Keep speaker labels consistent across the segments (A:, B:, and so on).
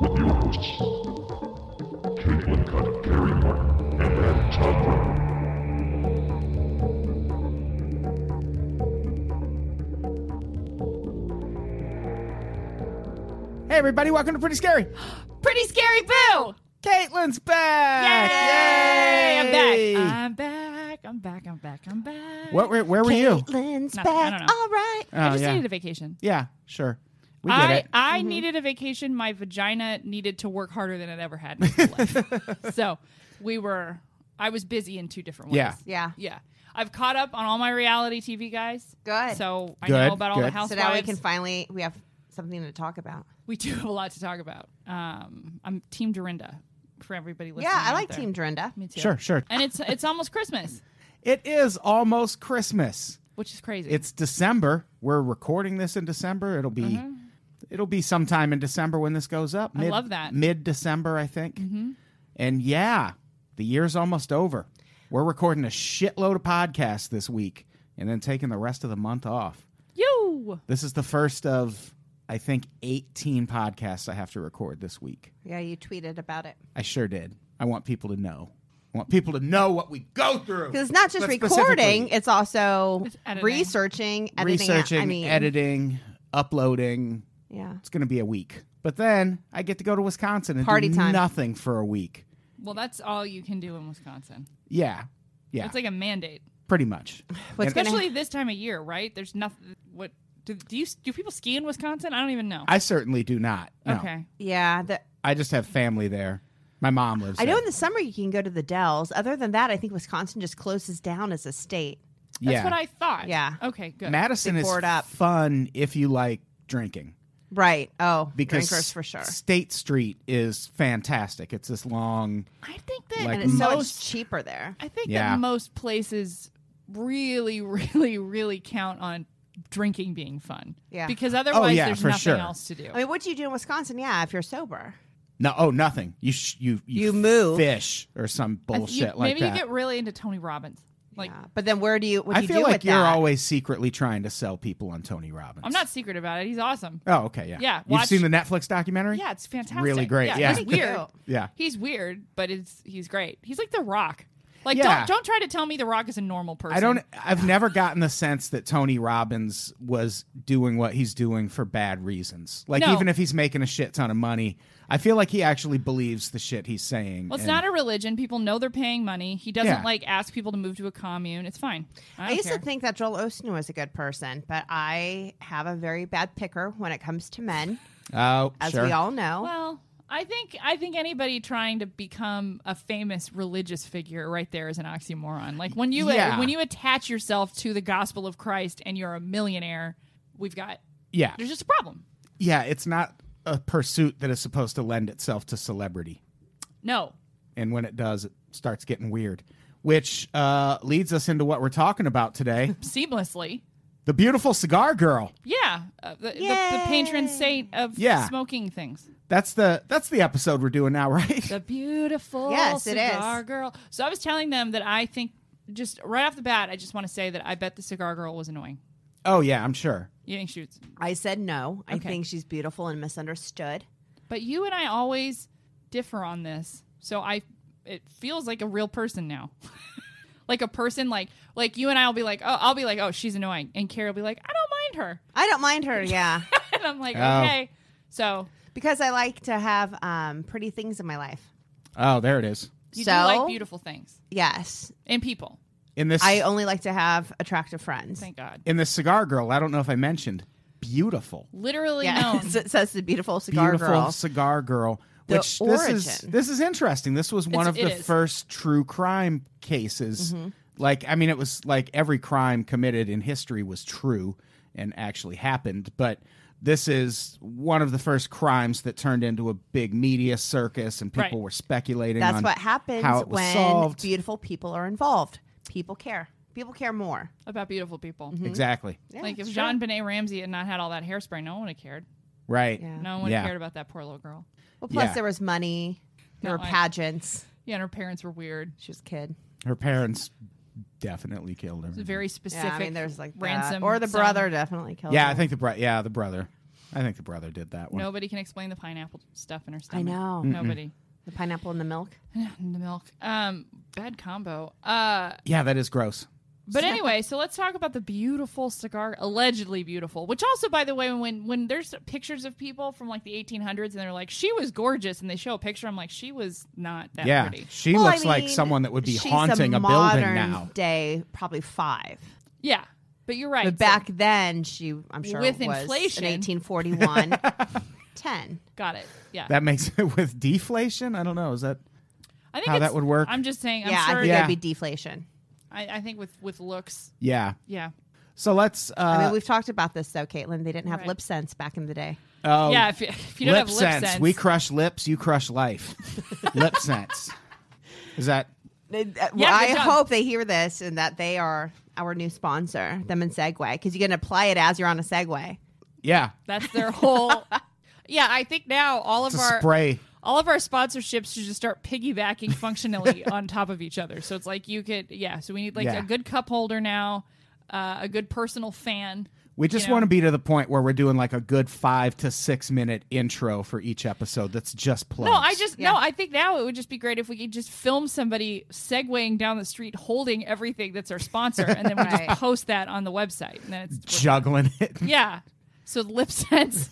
A: with your hosts, Caitlin Cutt, Gary Martin, and Adam Todd Brown.
B: Hey everybody, welcome to Pretty Scary.
C: Pretty scary boo.
B: Caitlin's back!
C: Yay! I'm Uh, back. I'm back. I'm back. I'm back. I'm back.
B: What, where, where were you?
D: Lynn's
C: Nothing, I don't
D: back.
C: know.
D: All right.
C: I
B: Oh,
C: just
B: yeah.
C: needed a vacation.
B: Yeah, sure. We get
C: I
B: it. Mm-hmm.
C: I needed a vacation. My vagina needed to work harder than it ever had in my life. so we were. I was busy in two different ways.
B: Yeah.
D: Yeah.
C: Yeah. I've caught up on all my reality TV guys.
D: Good.
C: So I
B: Good,
C: know about all
B: good.
C: the
B: So
C: housewives.
D: So now we can finally we have something to talk about.
C: we do have a lot to talk about. Um, I'm Team Dorinda for everybody listening.
D: Yeah, I
C: out
D: like
C: there.
D: Team Dorinda.
C: Me too.
B: Sure, sure.
C: And it's it's almost Christmas,
B: It is almost Christmas.
C: which is crazy.
B: It's December. We're recording this in December. It'll be it'll be sometime in December when this goes up.
C: Mm-hmm. I love that. Mm-hmm.
B: Mid December, I think. And yeah, the year's almost over. We're recording a shitload of podcasts this week and then taking the rest of the month off.
C: you.
B: This is the first of I think 18 podcasts I have to record this week.
D: Yeah, you tweeted about it.
B: I sure did. I want people to know. I want people to know what we go through.
D: Because it's not just
B: But
D: recording,
B: specifically-
D: it's also
C: It's editing.
D: researching, editing.
B: researching,
D: I mean,
B: editing, uploading.
D: Yeah.
B: It's going to be a week. But then I get to go to Wisconsin and
D: Party
B: do
D: time.
B: nothing for a week.
C: Well, that's all you can do in Wisconsin.
B: Yeah. Yeah.
C: It's like a mandate,
B: pretty much.
D: What's
B: And
D: gonna-
C: especially this time of year, right? There's nothing. What do, do you do? People ski in Wisconsin? I don't even know.
B: I certainly do not. No.
C: Okay,
D: Yeah. The,
B: I just have family there. My mom lives
D: I know
B: there.
D: in the summer you can go to the Dells. Other than that, I think Wisconsin just closes down as a state.
C: that's
B: yeah.
C: what I thought.
D: Yeah.
C: Okay. Good.
B: Madison
D: They
B: is
D: board up.
B: fun if you like drinking.
D: Right. Oh,
B: Because
D: drinkers for sure.
B: State Street is fantastic. It's this long
C: I think that
B: Like
D: and it's so much
C: most.
D: cheaper there.
C: I think
B: Yeah.
C: that most places really, really, really count on drinking being fun.
D: Yeah.
C: Because otherwise,
B: Oh, yeah,
C: there's
B: for
C: nothing
B: sure.
C: else to do.
D: I mean, what do you do in Wisconsin? Yeah, if you're sober.
B: no oh nothing. You sh- you
D: You move.
B: fish or some
C: I th-
B: bullshit
C: you-
B: like
C: maybe
B: that.
C: you get really into Tony Robbins. Like,
D: yeah. But then where do you what do
B: I
D: you
B: feel
D: do
B: like
D: with
B: you're
D: that?
B: always secretly trying to sell people on Tony Robbins.
C: I'm not secret about it. He's awesome.
B: Oh, okay, yeah.
C: Yeah,
B: You've
C: watch-
B: seen the Netflix documentary?
C: Yeah, it's fantastic.
B: great, yeah.
C: he's weird.
D: Cute.
B: Yeah.
C: He's weird, but it's he's great. He's like The Rock. Like
B: Yeah.
C: don't don't try to tell me The Rock is a normal person.
B: I don't I've never gotten the sense that Tony Robbins was doing what he's doing for bad reasons. Like
C: No.
B: even if he's making a shit ton of money, I feel like he actually believes the shit he's saying.
C: Well, it's
B: and-
C: not a religion. People know they're paying money. He doesn't
B: Yeah.
C: like ask people to move to a commune. It's fine. I,
D: I
C: don't
D: used
C: care.
D: to think that Joel Osteen was a good person, but I have a very bad picker when it comes to men,
B: Oh,
D: as
B: sure.
D: we all know.
C: Well, I think I think anybody trying to become a famous religious figure right there is an oxymoron. Like when you
B: Yeah.
C: when you attach yourself to the gospel of Christ and you're a millionaire, we've got
B: yeah.
C: there's just a problem.
B: Yeah, it's not a pursuit that is supposed to lend itself to celebrity.
C: No.
B: And when it does, it starts getting weird, which uh, leads us into what we're talking about today.
C: Seamlessly.
B: the beautiful cigar girl.
C: Yeah, uh, the, the, the patron
D: Yay.
C: saint of
B: Yeah.
C: smoking things.
B: That's the that's the episode we're doing now, right?
C: The beautiful
D: Yes, it is.
C: cigar girl. So I was telling them that I think just right off the bat, I just want to say that I bet the cigar girl was annoying.
B: Oh yeah, I'm sure.
C: You think she was-
D: I said no. I
C: Okay.
D: think she's beautiful and misunderstood.
C: But you and I always differ on this. So I it feels like a real person now. like a person like like you and I'll be like, "Oh, I'll be like, "Oh, she's annoying." And Carol will be like, "I don't mind her."
D: I don't mind her, yeah,
C: And I'm like,
B: Oh.
C: "Okay." So
D: because I like to have um, pretty things in my life.
B: Oh, there it is.
C: you
D: so
C: do like beautiful things
D: yes,
C: and people.
B: In this
D: I only like to have attractive friends.
C: Thank God.
B: in this cigar girl, I don't know if I mentioned beautiful.
C: Literally
D: Yeah,
C: known.
D: so it says the beautiful cigar
B: beautiful
D: girl.
B: cigar girl.
D: The
B: Which this is
D: origin.
B: this is interesting. This was one
C: It's-
B: of the
C: it is.
B: first true crime cases.
D: Mm-hmm.
B: Like I mean, it was like every crime committed in history was true and actually happened, but this is one of the first crimes that turned into a big media circus, and people
C: Right.
B: were speculating.
D: That's
B: on
D: what happens
B: how it was
D: when
B: solved.
D: beautiful people are involved. People care. People care more.
C: about beautiful people.
B: Exactly
D: Mm-hmm. Yeah,
C: like if
D: it's
C: John
D: true.
C: Benet Ramsey had not had all that hairspray, no one would have cared.
B: right.
D: Yeah.
C: No one
B: Yeah.
C: cared about that poor little girl.
D: Well, plus
B: Yeah.
D: there was money. There
C: No,
D: were
C: I-
D: pageants.
C: Yeah, and her parents were weird.
D: She was a kid.
B: Her parents definitely killed her.
C: It was very specific.
D: Yeah, I mean, there's like that.
C: ransom
D: or the
C: sum.
D: brother definitely killed.
B: yeah,
D: her.
B: I think the bro- yeah the brother. I think the brother did that one.
C: Nobody can explain the pineapple stuff in her
D: I
C: stomach.
D: know
C: Nobody.
D: the pineapple and the milk.
C: the milk. Um, bad combo. Uh,
B: Yeah, that is gross.
C: but anyway, so let's talk about the beautiful cigar, allegedly beautiful. Which also, by the way, when when there's pictures of people from like the 1800s and they're like, she was gorgeous, and they show a picture, I'm like, she was not that
B: yeah,
C: pretty.
B: she
D: Well, I
B: looks like
D: mean,
B: someone that would be
D: she's
B: haunting
D: a,
B: a, building
D: modern
B: now.
D: Day probably five,
C: Yeah, but you're right.
D: but
C: So-
D: back then she I'm sure
C: With
D: was
C: inflation.
D: in 1841, 10.
C: got it. Yeah,
B: That makes it with deflation. I don't know. Is that
C: I think
B: how
C: it's-
B: that would work?
C: I'm just saying. I'm
D: yeah, I
C: sure.
D: think
B: Yeah.
D: that'd be deflation.
C: I, I think with with looks.
B: yeah?
C: Yeah.
B: So let's. Uh,
D: I mean, we've talked about this though, Caitlin. They didn't have
C: Right.
D: lip sense back in the day.
B: oh,
C: yeah. If, you- if you don't
B: lip
C: have lip
B: sense.
C: sense,
B: We crush lips. You crush life. lip sense. Is that
D: Uh, well,
C: Yeah,
D: I
C: good job.
D: hope they hear this and that they are our new sponsor, them and Segway, because you can apply it as you're on a Segway.
B: yeah?
C: That's their whole. yeah, I think now all of
B: It's a
C: our
B: spray.
C: all of our sponsorships should just start piggybacking functionally on top of each other. So it's like you could, yeah. So we need like
B: Yeah.
C: a good cup holder now, uh, a good personal fan.
B: We just
C: know.
B: want to be to the point where we're doing like a good five to six minute intro for each episode. That's just plugs.
C: No, I just
D: Yeah.
C: no. I think now it would just be great if we could just film somebody segueing down the street holding everything that's our sponsor, and then we
D: Right.
C: just post that on the website. And then it's
B: juggling it.
C: yeah. So lip sense.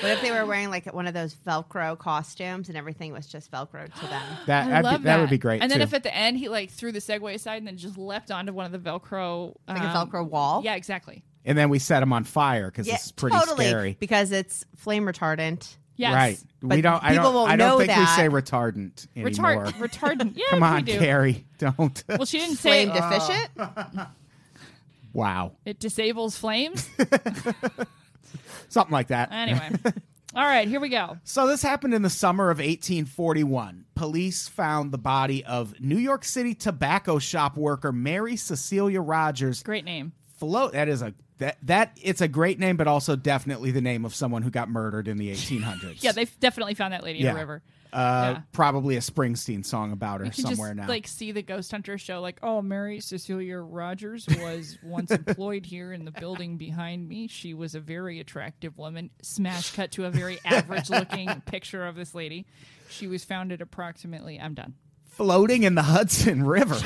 D: What if they were wearing like one of those Velcro costumes and everything was just Velcro to them?
B: That
C: I
B: I'd be-
C: love that.
B: would be great.
C: And then
B: too.
C: if at the end he like threw the Segway aside and then just leapt onto one of the Velcro,
D: Like a
C: um,
D: Velcro wall?
C: Yeah, exactly.
B: and then we set them on fire because
D: Yeah,
B: this is pretty
D: totally,
B: scary.
D: Because it's flame retardant.
C: Yes.
B: Right.
D: But
B: we don't. I
D: people
B: don't,
D: won't
B: I don't
D: know
B: think
D: that.
B: we say retardant anymore.
C: Retard. Retardant. Yeah.
B: Come on,
C: we do.
B: Carrie. Don't.
C: Well, she didn't say uh,
D: Flame
C: it,
D: deficient?
B: wow.
C: it disables flames.
B: Something like that.
C: Anyway. All right, here we go.
B: So this happened in the summer of 1841. Police found the body of New York City tobacco shop worker Mary Cecilia Rogers.
C: Great name.
B: Float. That is a that that it's a great name, but also definitely the name of someone who got murdered in the 1800s.
C: Yeah, they definitely found that lady
B: Yeah.
C: in a river.
B: Uh,
C: yeah.
B: Probably a Springsteen song about her
C: You can
B: somewhere
C: just
B: now.
C: like see the Ghost Hunter show, like, oh, Mary Cecilia Rogers was once employed here in the building behind me. She was a very attractive woman. Smash cut to a very average looking picture of this lady. She was found at approximately. I'm done.
B: floating in the Hudson River.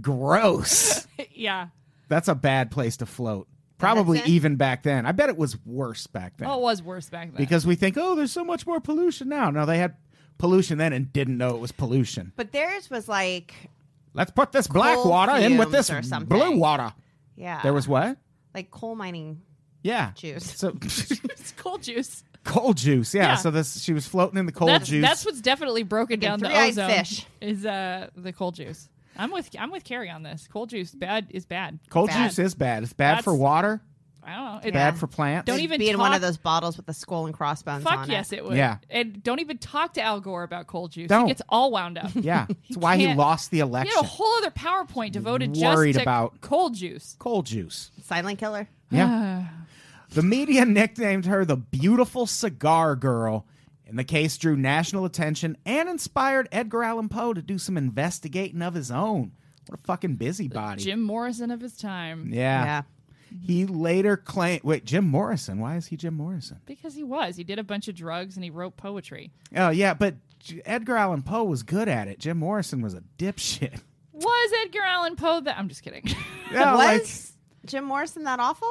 B: Gross.
C: yeah.
B: That's a bad place to float. Probably
D: Hudson?
B: even back then. I bet it was worse back then.
C: Oh, it was worse back then.
B: because we think, oh, there's so much more pollution now. No, they had pollution then and didn't know it was pollution.
D: But theirs was like,
B: Let's put this black
D: Coal
B: water in with
D: fumes
B: this
D: or something.
B: blue water.
D: yeah.
B: There was
C: Uh,
B: what?
D: like coal mining.
B: Yeah.
D: Juice.
B: So
C: it's cold juice.
B: coal juice. Yeah.
C: Yeah.
B: So this she was floating in the coal
C: that's,
B: juice.
C: That's what's definitely broken down the
D: three-eyed
C: ozone.
D: fish.
C: Is uh the cold juice. I'm with I'm with Carrie on this. Cold juice bad is bad.
B: coal
D: bad.
B: juice is bad. It's bad for
C: That's-
B: water.
C: I don't know. It,
B: Bad for plants.
C: Don't
D: It'd
C: even
D: be in one
C: talk-
D: of those bottles with the skull and crossbones
C: Fuck
D: on
C: yes,
D: it.
C: it would.
B: Yeah.
C: And don't even talk to Al Gore about cold juice.
B: Don't.
C: He gets all wound up.
B: Yeah, that's why he
C: can't-
B: lost the
C: He
B: election.
C: had a whole other PowerPoint devoted
B: Worried
C: just to
B: about-
C: cold juice.
B: Cold juice.
D: Silent killer.
B: Yeah. the media nicknamed her the beautiful cigar girl, and the case drew national attention and inspired Edgar Allan Poe to do some investigating of his own. What a fucking busybody.
C: Jim Morrison of his time.
B: yeah.
D: Yeah.
B: He later claimed. Wait, Jim Morrison. Why is he Jim Morrison?
C: Because he was. He did a bunch of drugs and he wrote poetry.
B: Oh, yeah, but J- Edgar Allan Poe was good at it. Jim Morrison was a dipshit.
C: Was Edgar Allan Poe that? I'm just kidding.
B: Yeah, like,
D: Was Jim Morrison that awful?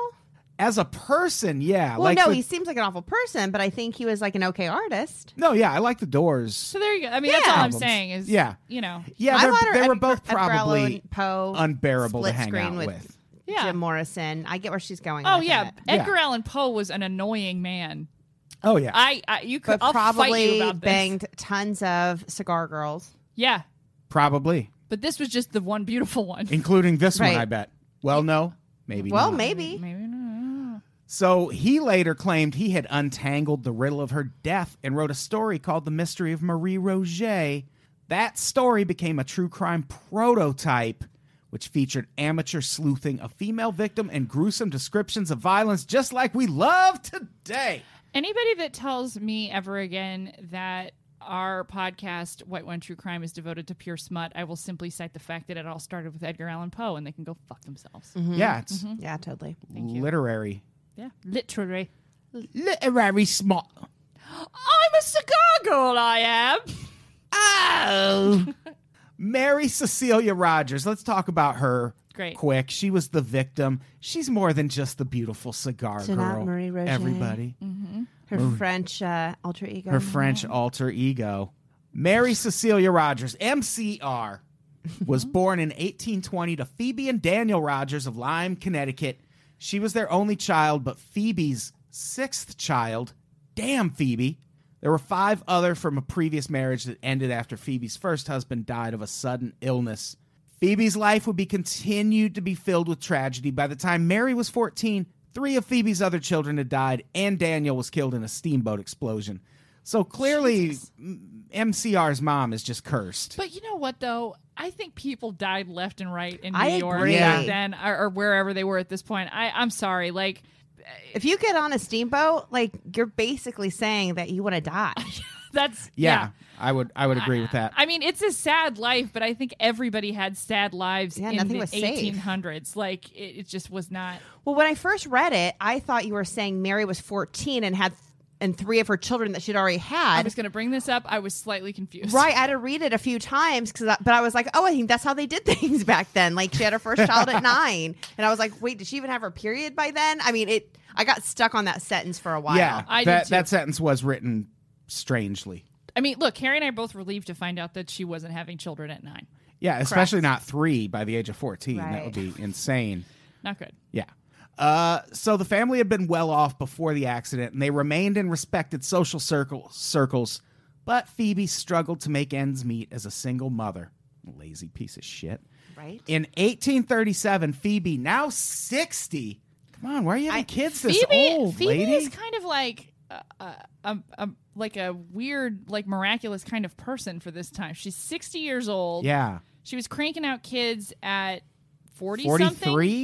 B: as a person, yeah.
D: Well,
B: like
D: no,
B: the-
D: he seems like an awful person, but I think he was like an okay artist.
B: No, yeah, I like the Doors.
C: so there you go. I mean, that's all I'm
B: Yeah.
C: saying is,
B: Yeah.
C: you know,
B: Yeah,
D: I
B: they're,
D: thought her
B: they were
D: Edgar-
B: both
D: Edgar Allan
B: probably
D: Poe
B: unbearable to
D: split
B: hang
D: screen
B: out with.
C: Yeah.
D: Jim Morrison. I get where she's going.
C: Oh
D: with
C: yeah,
D: it.
B: Yeah.
C: Edgar Allan Poe was an annoying man.
B: Oh yeah,
C: I, I you could
D: but
C: I'll fight
D: probably
C: you about this.
D: banged tons of cigar girls.
C: Yeah,
B: probably,
C: but this was just the one beautiful one.
B: including this
D: Right.
B: one. I bet. Well, no, maybe.
D: Well,
B: not.
D: maybe.
C: Maybe not.
B: So he later claimed he had untangled the riddle of her death and wrote a story called "The Mystery of Marie Roget." That story became a true crime prototype, which featured amateur sleuthing, a female victim, and gruesome descriptions of violence, just like we love today.
C: Anybody that tells me ever again that our podcast White One True Crime is devoted to pure smut, I will simply cite the fact that it all started with Edgar Allan Poe, and they can go fuck themselves.
B: Yeah, it's
D: Yeah, totally.
B: literary,
C: Yeah, literally.
B: literary smart.
C: I'm a cigar girl. I am.
B: Oh. Mary Cecilia Rogers. Let's talk about her.
C: Great.
B: Quick. She was the victim. She's more than just the beautiful cigar
D: Jeanette
B: girl.
D: Marie Roget. Mm-hmm.
B: Everybody.
D: Her French uh, alter ego.
B: Her French alter ego. Mary Cecilia Rogers, MCR, was born in 1820 to Phoebe and Daniel Rogers of Lyme, Connecticut. She was their only child, but Phoebe's sixth child. Damn, Phoebe. There were five other from a previous marriage that ended after Phoebe's first husband died of a sudden illness. Phoebe's life would be continued to be filled with tragedy. By the time Mary was 14, three of Phoebe's other children had died, and Daniel was killed in a steamboat explosion. So clearly, m MCR's mom is just cursed.
C: But you know what though? I think people died left and right in New
D: I
C: York
D: agree.
B: Yeah.
C: back then, or, or wherever they were at this point. I, I'm sorry, like
D: If you get on a steamboat, like you're basically saying that you want to die.
C: that's
B: yeah, I would I would agree with that.
C: I mean, it's a sad life, but I think everybody had sad lives
D: Yeah,
C: in
D: nothing
C: the
D: was safe.
C: 1800s. Like it, it just was not.
D: well, when I first read it, I thought you were saying Mary was 14 and had and three of her children that she'd already
C: I
D: had.
C: was going to bring this up. I was slightly confused.
D: Right, I had to read it a few times because, but I was like, oh, I think that's how they did things back then. Like she had her first child at nine, and I was like, wait, did she even have her period by then? I mean, it. I got stuck on that sentence for a while.
B: yeah,
C: I did
B: that
C: too.
B: that sentence was written strangely.
C: I mean, look, Harry and I are both relieved to find out that she wasn't having children at nine.
B: Yeah, especially not three by the age of 14. That
D: Right.
B: would be insane.
C: Not good.
B: Yeah. Uh, so the family had been well off before the accident, and they remained in respected social circle, circles. But Phoebe struggled to make ends meet as a single mother. Lazy piece of shit.
D: right.
B: In 1837, Phoebe, now 60. Come on, why are you having kids this
C: Phoebe,
B: old,
C: Phoebe
B: lady?
C: is kind of like a, a, a, a, like a weird, like miraculous kind of person for this time. She's 60 years old.
B: yeah.
C: She was cranking out kids at 40
B: 43?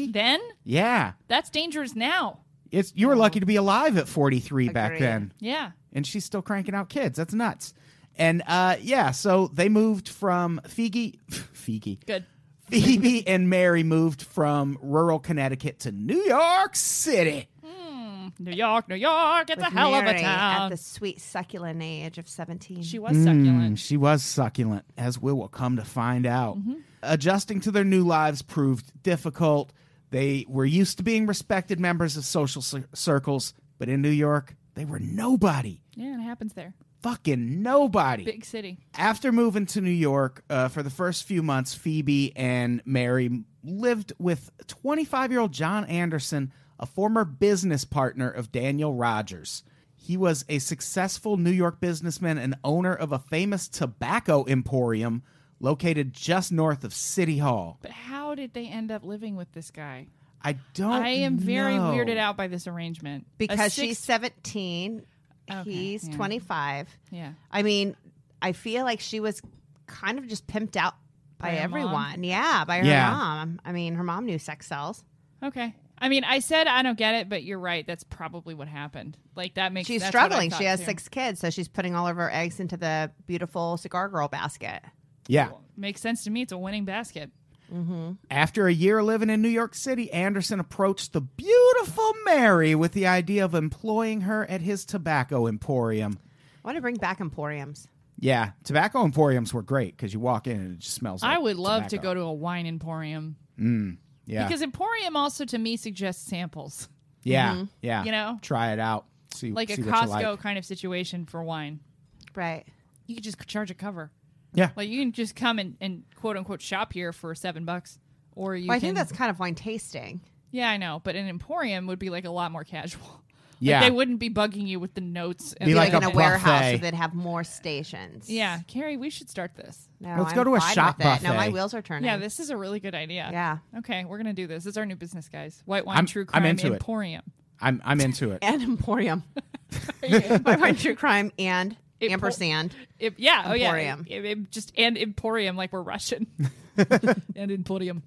C: something. Then
B: Yeah.
C: that's dangerous now.
B: It's you were lucky to be alive at 43 back
D: Agreed.
B: then.
C: Yeah.
B: and she's still cranking out kids. That's nuts. And uh, yeah, so they moved from Phoebe, Phoebe,
C: Good.
B: Phoebe and Mary moved from rural Connecticut to New York City.
C: Hmm. New York, New York, it's a
D: With
C: hell of
D: Mary
C: a town.
D: At the sweet succulent age of 17.
C: she was
B: Mm,
C: succulent. Mm-hmm.
B: she was succulent, as we will come to find out. Adjusting to their new lives proved difficult. They were used to being respected members of social cir- circles, but in New York, they were nobody.
D: Hmm.
C: Yeah, it happens there.
B: Fucking nobody.
C: Big city.
B: after moving to New York uh, for the first few months, Phoebe and Mary lived with 25 year old John Anderson, a former business partner of Daniel Rogers. He was a successful New York businessman and owner of a famous tobacco emporium located just north of City Hall.
C: But how did they end up living with this guy?
B: I don't.
C: I am very
B: know.
C: weirded out by this arrangement A
D: Oh, because
C: six-
D: she's 17
C: Okay,
D: he's
C: yeah.
D: 25
C: Yeah,
D: i mean i feel like she was kind of just pimped out by,
C: By her
D: everyone
C: mom?
D: yeah by her
B: Yeah.
D: mom i mean her mom knew sex sells
C: okay. I mean, I said I don't get it, but you're right. That's probably what happened. Like that makes
D: she's
C: that's what I
D: struggling she
C: thought,
D: has
C: too.
D: six kids so she's putting all of her eggs into the beautiful cigar girl basket
B: Yeah.
C: Makes sense to me. It's a winning basket.
B: After a year living in New York City, Anderson approached the beautiful Mary with the idea of employing her at his tobacco emporium.
D: i want to bring back emporiums
B: Yeah, tobacco emporiums were great because you walk in and it just smells.
C: I
B: like
C: would love to
B: tobacco.
C: go to a wine emporium
B: Yeah,
C: because emporium also to me suggests samples,
B: yeah, yeah.
C: mm-hmm, You know?
B: try it out. See,
C: like a
B: see what
C: Costco
B: you like.
C: kind of situation for wine.
D: right
C: You could just charge a cover.
B: Yeah,
C: Like you can just come and, and quote unquote shop here for seven bucks, or you.
D: well, i
C: can-
D: think that's kind of wine tasting
C: Yeah, I know, but an emporium would be like a lot more casual. Like,
B: yeah.
C: they wouldn't be bugging you with the notes. And
B: Be
D: like,
B: like
D: in
B: a
D: a, warehouse so
B: buffet.
D: they'd have more stations
C: yeah, Carrie, we should start this.
D: no,
B: Let's
D: I'm
B: go to a
D: fine
B: shop
D: with it. no my
B: buffet.
D: wheels are turning
C: Yeah, this is a really good idea.
D: yeah
C: Okay, we're gonna do this. It's our new business, guys. White wine,
B: I'm-
C: true crime,
B: I'm into it.
C: emporium.
B: I'm I'm into it.
D: and Emporium. I find true crime and
C: It
D: ampersand.
C: It, yeah,
D: Emporium.
C: oh yeah. It- it just and emporium, like we're Russian. and emporium.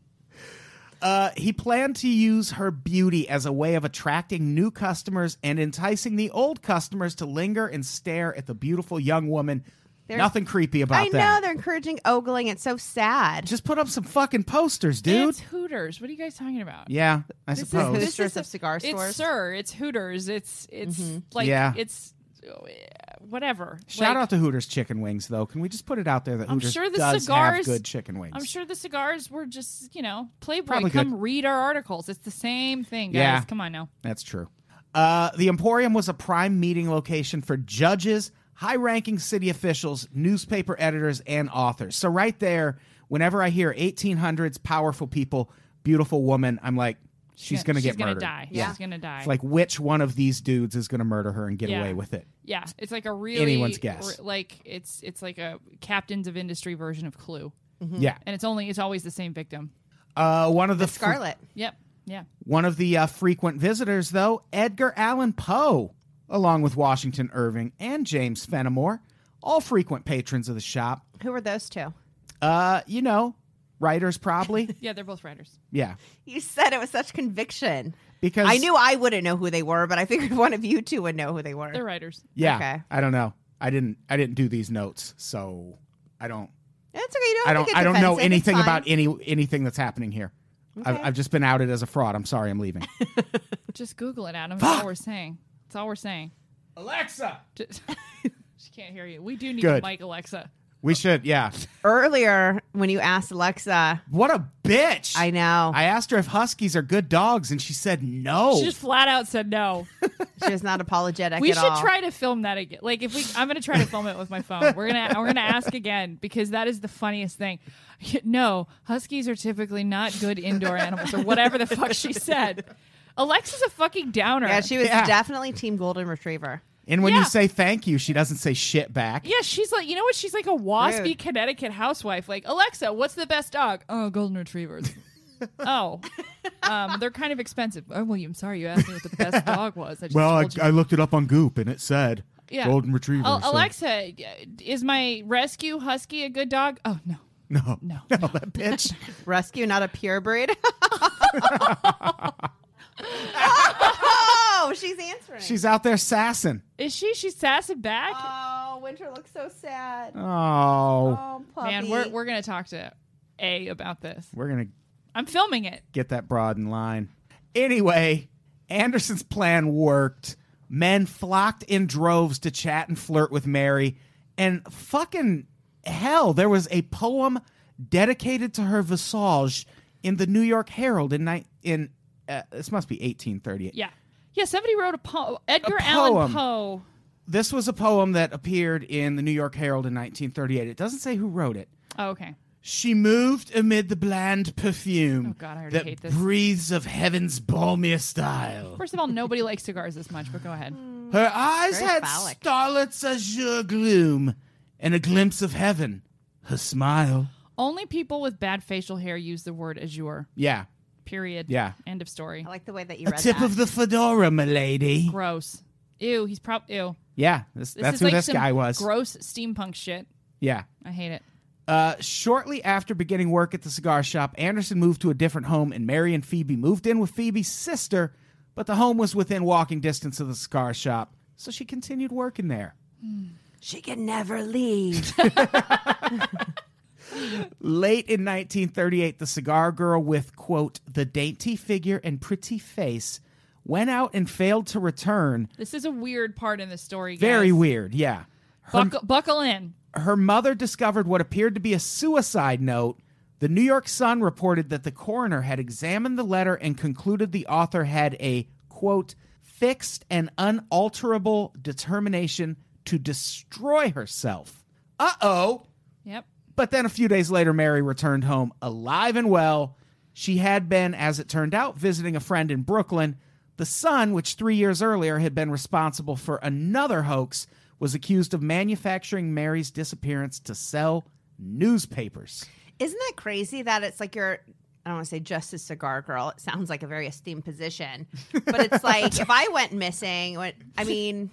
B: Uh, he planned to use her beauty as a way of attracting new customers and enticing the old customers to linger and stare at the beautiful young woman.
D: There's-
B: Nothing creepy about
D: I know
B: that.
D: they're encouraging ogling. It's so sad.
B: Just put up some fucking posters, dude.
C: it's Hooters. What are you guys talking about?
B: Yeah, I
C: This is-
B: suppose.
C: this
D: Hooters
C: is a-
D: of cigar stores. Mm-hmm.
C: It's sir. It's Hooters. It's it's like
B: Yeah.
C: it's oh, yeah, whatever.
B: Shout
C: Like,
B: out to Hooters Chicken Wings, though. Can we just put it out there that
C: I'm
B: Hooters
C: sure the
B: does have
C: cigars-
B: good chicken wings?
C: I'm sure the cigars were just you know Playboy.
B: Probably
C: come
B: good.
C: read our articles. It's the same thing, guys.
B: Yeah.
C: Come on now.
B: that's true. Uh, the Emporium was a prime meeting location for judges, high-ranking city officials, newspaper editors, and authors. So right there, whenever I hear 1800s powerful people, beautiful woman, I'm like, she's
C: Yeah,
B: gonna
C: she's
B: get
C: gonna
B: murdered.
C: die. She's gonna die.
B: It's like which one of these dudes is gonna murder her and get
C: Yeah.
B: away with it?
C: yeah, it's like a really
B: anyone's guess.
C: r- like it's it's like a captains of industry version of Clue,
B: Yeah.
C: and it's only it's always the same victim.
B: Uh, one of the fr-
D: Scarlet.
C: Yep. Yeah.
B: One of the uh, frequent visitors, though, Edgar Allan Poe, along with Washington Irving and James Fenimore, all frequent patrons of the shop.
D: Who were those two?
B: Uh, you know, writers probably.
C: Yeah. They're both writers.
B: yeah.
D: You said it with such conviction.
B: Because
D: I knew I wouldn't know who they were, but I figured one of you two would know who they were.
C: They're writers.
B: Yeah.
D: Okay.
B: I don't know. I didn't I didn't do these notes, so I don't
D: It's okay. You don't.
B: I
D: have
B: don't
D: To get
B: I don't know
D: defensive. It's
B: anything
D: fine.
B: about any anything that's happening here.
D: Okay.
B: I've, I've just been outed as a fraud. I'm sorry, I'm leaving.
C: Just Google it, Adam. That's all we're saying. That's all we're saying.
B: Alexa.
C: Just- she can't hear you. We do need
B: Good.
C: a mic, Alexa.
B: We should, yeah.
D: Earlier when you asked Alexa,
B: What a bitch.
D: I know
B: I asked her if huskies are good dogs and she said no.
C: She just flat out said no.
D: she was not apologetic.
C: we
D: at
C: should
D: all.
C: try to film that again. Like if we, I'm gonna try to film it with my phone. We're gonna we're gonna ask again because that is the funniest thing. No, huskies are typically not good indoor animals or whatever the fuck she said. Alexa's a fucking downer.
D: Yeah, she was
B: Yeah.
D: definitely Team Golden Retriever.
B: And when you
C: Yeah.
B: say thank you, she doesn't say shit back.
C: Yeah, she's like, you know what? She's like a waspy
D: Rude.
C: Connecticut housewife. Like, Alexa, what's the best dog? Oh, golden retrievers. oh, um, they're kind of expensive. Oh, William, sorry, you asked me what the best dog was. I just told you.
B: looked it up on Goop and it said
C: Yeah. Al- Alexa, is my rescue husky a good dog? Oh no,
B: no,
C: no.
B: that bitch.
D: Rescue, not a purebred. oh, she's answering.
B: She's out there sassing.
C: Is she? She's sassing back.
D: Oh, Winter looks so sad.
B: Oh,
D: Oh, puppy.
C: Man, we're we're gonna talk to A about this.
B: we're gonna
C: I'm filming it.
B: get that broad in line. Anyway, Anderson's plan worked. Men flocked in droves to chat and flirt with Mary, and fucking hell, there was a poem dedicated to her visage in the New York Herald in ni- in uh, this must be 1838.
C: Yeah, yeah. Somebody wrote a poem. Edgar
B: A poem.
C: Allan Poe.
B: This was a poem that appeared in the New York Herald in 1938. It doesn't say who wrote it.
C: Oh, okay.
B: She moved amid the bland perfume
C: Oh, God, I already
B: that
C: hate this.
B: breathes of heaven's balmier style.
C: First of all, nobody likes cigars this much, but go ahead.
B: Her eyes
D: Very
B: had
D: phallic.
B: starlet's azure gloom and a glimpse of heaven. Her smile.
C: Only people with bad facial hair use the word azure.
B: Yeah.
C: Period.
B: Yeah.
C: End of story.
D: I like the way that you
B: A
D: read
B: tip
D: that.
B: of the fedora, milady.
C: Gross. Ew. He's probably ew.
B: Yeah, this,
C: This
B: that's
C: is
B: who
C: like
B: this
C: some
B: guy was.
C: Gross steampunk shit.
B: yeah.
C: I hate it.
B: Uh, shortly after beginning work at the cigar shop, Anderson moved to a different home, and Mary and Phoebe moved in with Phoebe's sister, but the home was within walking distance of the cigar shop, so she continued working there.
D: she can never leave.
B: Late in 1938, the cigar girl with, quote, the dainty figure and pretty face went out and failed to return.
C: This is a weird part in the story. Guys.
B: Very weird, yeah. Her,
C: Buckle, buckle in.
B: her mother discovered what appeared to be a suicide note. The New York Sun reported that the coroner had examined the letter and concluded the author had a, quote, fixed and unalterable determination to destroy herself. Uh oh.
C: Yep.
B: But then a few days later, Mary returned home alive and well. She had been, as it turned out, visiting a friend in Brooklyn. The son, which three years earlier had been responsible for another hoax, was accused of manufacturing Mary's disappearance to sell newspapers.
D: Isn't that crazy that it's like you're I don't want to say just a cigar girl. It sounds like a very esteemed position, but it's like if I went missing, what- I mean,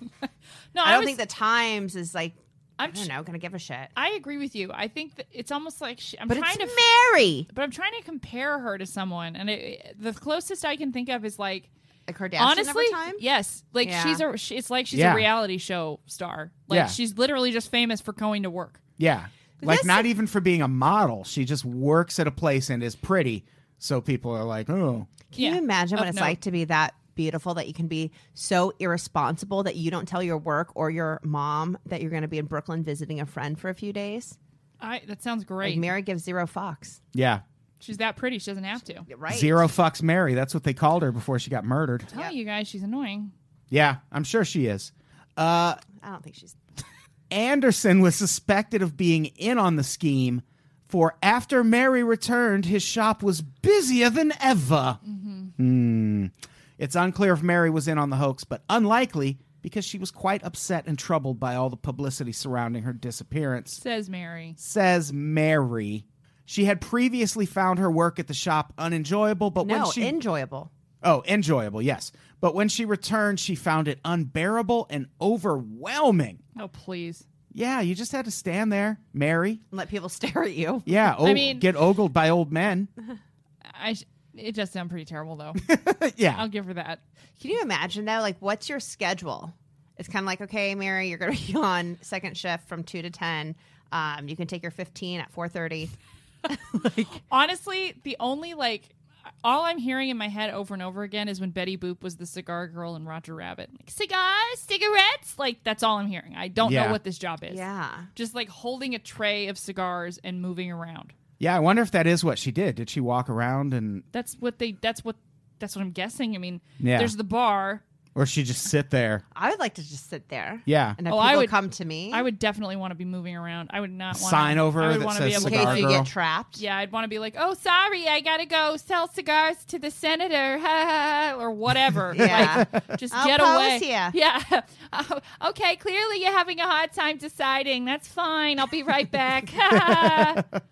C: No,
D: I don't
C: was-
D: think the Times is like
C: I'm
D: I don't know, gonna give a shit.
C: I agree with you. I think that it's almost like she, I'm
D: But
C: trying
D: it's
C: to
D: Mary,
C: but I'm trying to compare her to someone, and it, the closest I can think of is like
D: like her
C: honestly,
D: time.
C: yes, like
D: Yeah.
C: she's a. She, it's like she's
B: Yeah.
C: a reality show star. Like
B: Yeah.
C: she's literally just famous for going to work.
B: Yeah. Like,
D: This-
B: not even for being a model. She just works at a place and is pretty. So people are like, oh,
D: Can
C: Yeah.
D: you imagine what
C: Of
D: it's
C: note.
D: like to be that beautiful that you can be so irresponsible that you don't tell your work or your mom that you're gonna be in Brooklyn visiting a friend for a few days?
C: I that sounds
D: Like
C: great.
D: Mary gives zero fucks.
B: yeah.
C: she's that pretty. She doesn't have to.
D: Right.
B: Zero fucks Mary. That's what they called her before she got murdered.
C: Tell you guys, she's annoying.
B: Yeah, I'm sure she is.
D: I don't think she's
B: Anderson was suspected of being in on the scheme, for after Mary returned, his shop was busier than ever. Hmm. It's unclear if Mary was in on the hoax, but unlikely because she was quite upset and troubled by all the publicity surrounding her disappearance
C: Says Mary.
B: says Mary. She had previously found her work at the shop unenjoyable, but
D: no
B: when she
D: enjoyable.
B: Oh, enjoyable, yes. But when she returned, she found it unbearable and overwhelming.
C: Oh please.
B: Yeah, you just had to stand there, Mary.
D: Let people stare at you.
B: Yeah, og-
C: mean-
B: get ogled by old men.
C: I. sh- It does sound pretty terrible though. I'll
B: Uh, yeah,
C: give her that.
D: Can you imagine though? Like, what's your schedule? It's kind of like, okay, Mary, you're going to be on second shift from two to ten. Um, you can take your fifteen at four thirty.
C: Honestly, the only like all I'm hearing in my head over and over again is when Betty Boop was the cigar girl in Roger Rabbit. Like cigars, cigarettes, like that's all I'm hearing. I don't
B: Yeah.
C: know what this job is.
D: Yeah,
C: Just like holding a tray of cigars and moving around.
B: yeah. I wonder if that is what she did. Did she walk around and,
C: That's what they that's what that's what I'm guessing. I mean,
B: Yeah.
C: there's the bar.
B: or she just sit there?
D: I would like to just sit there.
B: Yeah.
D: and if
C: Oh,
D: people
C: I would-
D: come to me,
C: I would definitely want to be moving around. I would not want
B: Sign
C: to,
B: over
C: I would
B: that
C: want
B: says
C: to be able
D: in
B: cigar
D: case
C: to,
D: you
B: girl.
D: get trapped.
C: Yeah, I'd want to be like, "Oh, sorry, I got to go sell cigars to the senator." or whatever. Like,
D: yeah.
C: Just
D: I'll
C: get
D: pose
C: away.
D: here.
C: Yeah. Oh, okay, clearly you're having a hard time deciding. That's fine. I'll be right back.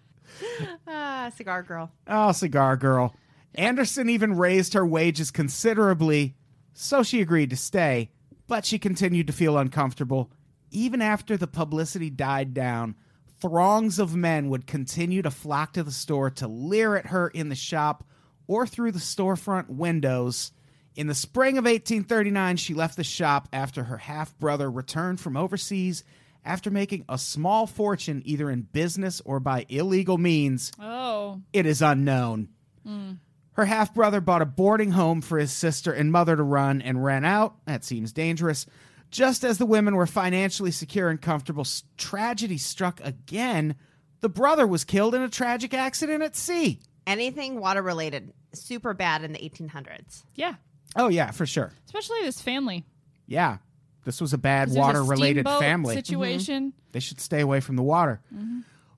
D: Ah, cigar girl.
B: Oh, cigar girl. Anderson even raised her wages considerably, so she agreed to stay, but she continued to feel uncomfortable. Even after the publicity died down, throngs of men would continue to flock to the store to leer at her in the shop or through the storefront windows. In the spring of 1839, she left the shop after her half brother returned from overseas after making a small fortune either in business or by illegal means
C: oh,
B: it is unknown. Her half brother bought a boarding home for his sister and mother to run and ran out. That seems dangerous. Just as the women were financially secure and comfortable, s- tragedy struck again. The brother was killed in a tragic accident at sea.
D: Anything water related, super bad in the 1800s.
C: yeah.
B: Oh, yeah, for sure.
C: Especially this family.
B: Yeah. This was a bad
C: 'Cause there's a
B: water related
C: steamboat Mm-hmm.
B: family. Mm-hmm.
C: situation.
B: They should stay away from the water.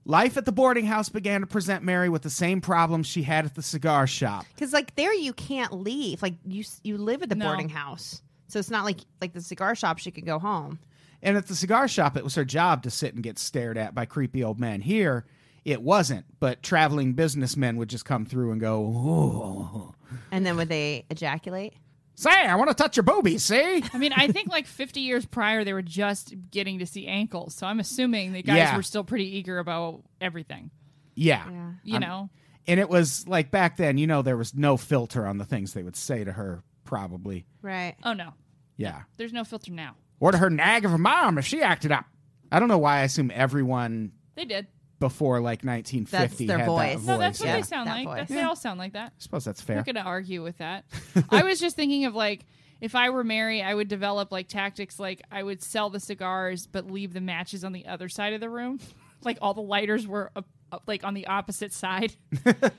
B: Life at the boarding house began to present Mary with the same problems she had at the cigar shop.
D: Because like there, you can't leave. Like you, s- you live at the
C: No.
D: boarding house, so it's not like like the cigar shop. She could go home.
B: And at the cigar shop, it was her job to sit and get stared at by creepy old men. Here, it wasn't. But traveling businessmen would just come through and go, "Ooh,
D: And then would they ejaculate?
B: say, I want to touch your boobies, see?
C: I mean, I think like 50 years prior, they were just getting to see ankles. So I'm assuming the guys
B: Yeah.
C: were still pretty eager about everything,
B: Yeah.
D: Yeah.
C: you know?
B: And it was like back then, you know, there was no filter on the things they would say to her, probably.
D: Right.
C: Oh, no.
B: Yeah.
C: There's no filter now.
B: Or to her nag of her mom if she acted up. I don't know why I assume everyone
C: They did.
B: before like 1950
D: That's their
B: had that
D: voice.
C: No, that's what
B: yeah.
C: they sound
D: that
C: like.
D: voice.
C: That's, They all sound like that.
B: I suppose that's fair.
C: I'm not going to argue with that. I was just thinking of like, if I were Mary, I would develop like tactics like I would sell the cigars but leave the matches on the other side of the room. like all the lighters were up, up, like on the opposite side.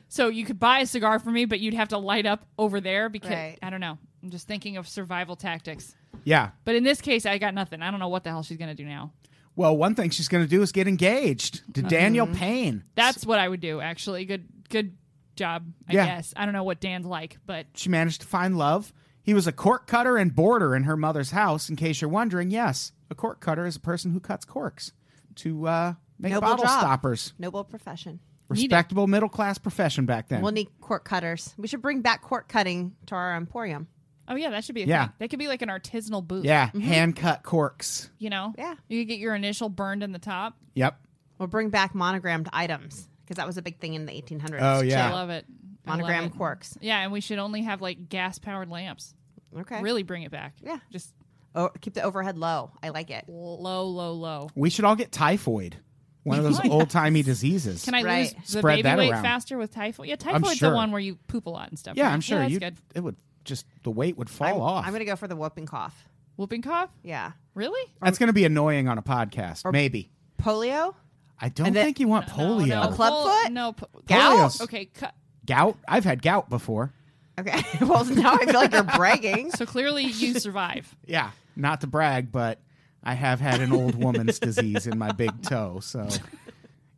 C: so you could buy a cigar for me, but you'd have to light up over there because
D: Right.
C: I don't know. I'm just thinking of survival tactics.
B: Yeah.
C: But in this case, I got nothing. I don't know what the hell she's going to do now.
B: Well, one thing she's going to do is get engaged
D: Mm-hmm.
B: to Daniel Payne.
C: That's what I would do actually. Good good job, I
B: Yeah.
C: guess. I don't know what Dan's like, but
B: She managed to find love. He was a cork cutter and boarder in her mother's house. In case you're wondering, yes, a cork cutter is a person who cuts corks to uh, make
D: Noble
B: bottle
D: job.
B: stoppers.
D: Noble profession.
B: Respectable middle class profession back then.
D: We'll need cork cutters. We should bring back cork cutting to our emporium.
C: Oh yeah, that should be a
B: Yeah.
C: thing. That could be like an artisanal booth.
B: yeah, hand cut corks.
C: You know?
D: Yeah.
C: You could get your initial burned in the top.
B: Yep.
D: We'll bring back monogrammed items because that was a big thing in the 1800s.
B: Oh,
D: too.
B: yeah.
C: I love it. I love
D: Monogram
C: it.
D: corks.
C: Yeah, and we should only have like gas powered lamps.
D: Okay.
C: Really bring it back.
D: Yeah.
C: Just
D: Oh, keep the overhead low. I like it.
C: low, low, low.
B: We should all get typhoid, one of those
C: Yes.
B: old timey diseases.
C: Can I
D: Right.
C: lose the
B: Spread
C: baby
B: that
C: weight
B: around.
C: faster with typhoid? Yeah, typhoid's
B: sure.
C: the one where you poop a lot and stuff.
B: yeah,
C: right?
B: I'm sure
C: that's
B: you.
C: good.
B: It would just the weight would fall
D: I'm,
B: off.
D: I'm going to go for the whooping cough.
C: Whooping cough?
D: Yeah.
C: Really?
B: That's going to be annoying on a podcast. maybe.
D: Polio?
B: I don't
D: and then-
B: think you want polio.
C: No, no.
D: A club
C: Pol-
D: foot?
C: No. Po-
D: Gout?
B: Polio's-
C: Okay. Cu-
B: Gout. I've had gout before.
D: Okay. well, now I feel like you're bragging.
C: so clearly you survive.
B: Yeah, not to brag, but I have had an old woman's disease in my big toe, so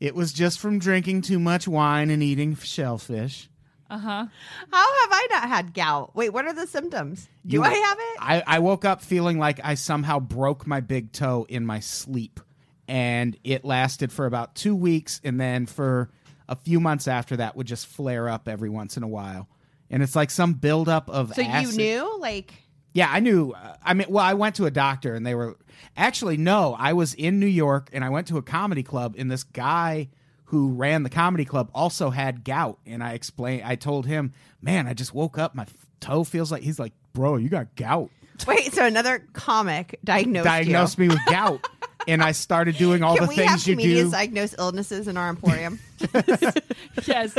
B: it was just from drinking too much wine and eating shellfish.
C: Uh huh.
D: How have I not had gout? Wait, what are the symptoms? Do
B: You-
D: I have it?
B: I, I woke up feeling like I somehow broke my big toe in my sleep, and it lasted for about two weeks, and then for a few months after that would just flare up every once in a while, and it's like some buildup of
D: So
B: acid.
D: you knew? Like,
B: Yeah, I knew. uh, I mean, well, I went to a doctor and they were actually no. I was in New York and I went to a comedy club and this guy who ran the comedy club also had gout and I explained. I told him, "Man, I just woke up. My f- toe feels like." He's like, "Bro, you got gout."
D: wait, so another comic diagnosed
B: Diagnosed
D: you.
B: me with gout, and I started doing all
D: Can
B: the
D: we have
B: things you
D: comedians
B: do.
D: diagnose illnesses in our emporium?
C: Yes.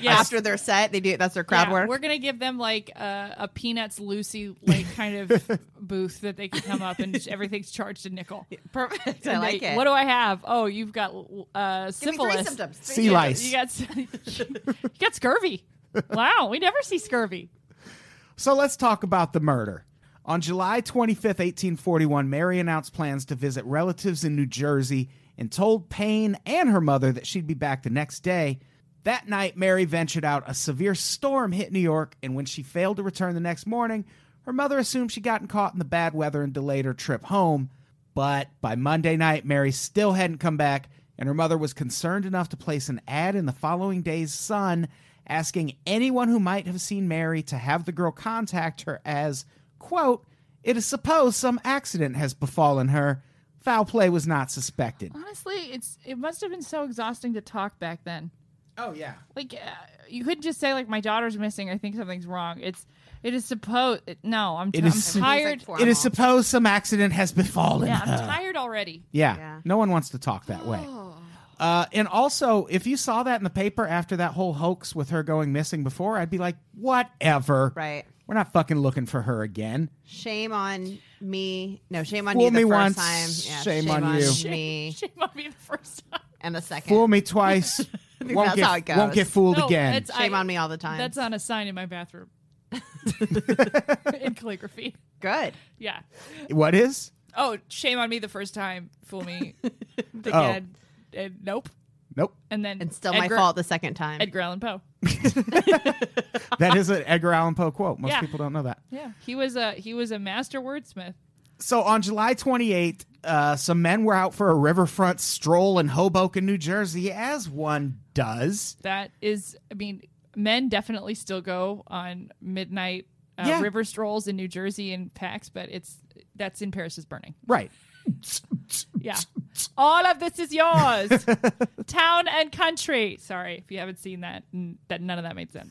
C: Yes.
D: After their set, they do that's their crowd
C: Yeah,
D: work.
C: We're gonna give them like a a Peanuts Lucy like kind of booth that they can come up and just, everything's charged a nickel.
D: Perfect. I
C: And
D: like
C: they-
D: it.
C: What do I have? Oh, you've got uh,
D: Give me three
C: syphilis.
D: symptoms. Three
B: Sea
D: symptoms.
B: lice.
C: You got you got scurvy. Wow, we never see scurvy.
B: So let's talk about the murder. On July 25th, 1841, Mary announced plans to visit relatives in New Jersey and told Payne and her mother that she'd be back the next day. That night, Mary ventured out. A severe storm hit New York, and when she failed to return the next morning, her mother assumed she'd gotten caught in the bad weather and delayed her trip home. But by Monday night, Mary still hadn't come back, and her mother was concerned enough to place an ad in the following day's Sun asking anyone who might have seen Mary to have the girl contact her as, quote, it is supposed some accident has befallen her. Foul play was not suspected.
C: Honestly, it's it must have been so exhausting to talk back then.
B: Oh, yeah.
C: Like uh, you couldn't just say like my daughter's missing. I think something's wrong. It's it is supposed. No, I'm,
B: It
C: i
B: is-
C: I'm tired.
D: It's like
B: It is
D: formal.
B: supposed some accident has befallen
C: yeah,
B: her.
C: I'm tired Oh. already.
B: Yeah.
D: Yeah.
B: No one wants to talk that way. Uh, and also, if you saw that in the paper after that whole hoax with her going missing before, I'd be like, whatever.
D: Right.
B: We're not fucking looking for her again.
D: Shame on me. No, shame on
B: Fool
D: you the
B: me
D: first
B: once,
D: time.
B: shame on you.
D: me
C: Shame on me the first time.
D: and the second.
B: Fool me twice. won't
D: that's
B: get,
D: how it goes.
B: Won't get fooled
C: No,
B: again.
C: it's-
D: shame
C: I-
D: on me all the time.
C: That's on a sign in my bathroom. in calligraphy.
D: good.
C: Yeah.
B: what is?
C: Oh, shame on me the first time. Fool me again. And nope.
B: Nope.
C: And then
D: And still my
C: Edgar-
D: fault the second time.
C: Edgar Allan Poe.
B: That is an Edgar Allan Poe quote. Most
C: Yeah.
B: people don't know that.
C: Yeah, he was a he was a master wordsmith.
B: So on July 28th, uh, some men were out for a riverfront stroll in Hoboken, New Jersey, as one does.
C: That is, I mean, men definitely still go on midnight uh,
B: Yeah.
C: river strolls in New Jersey and packs, but it's that's in Paris is burning.
B: Right.
C: Yeah, all of this is yours, town and country. Sorry if you haven't seen that. n- That none of that made sense.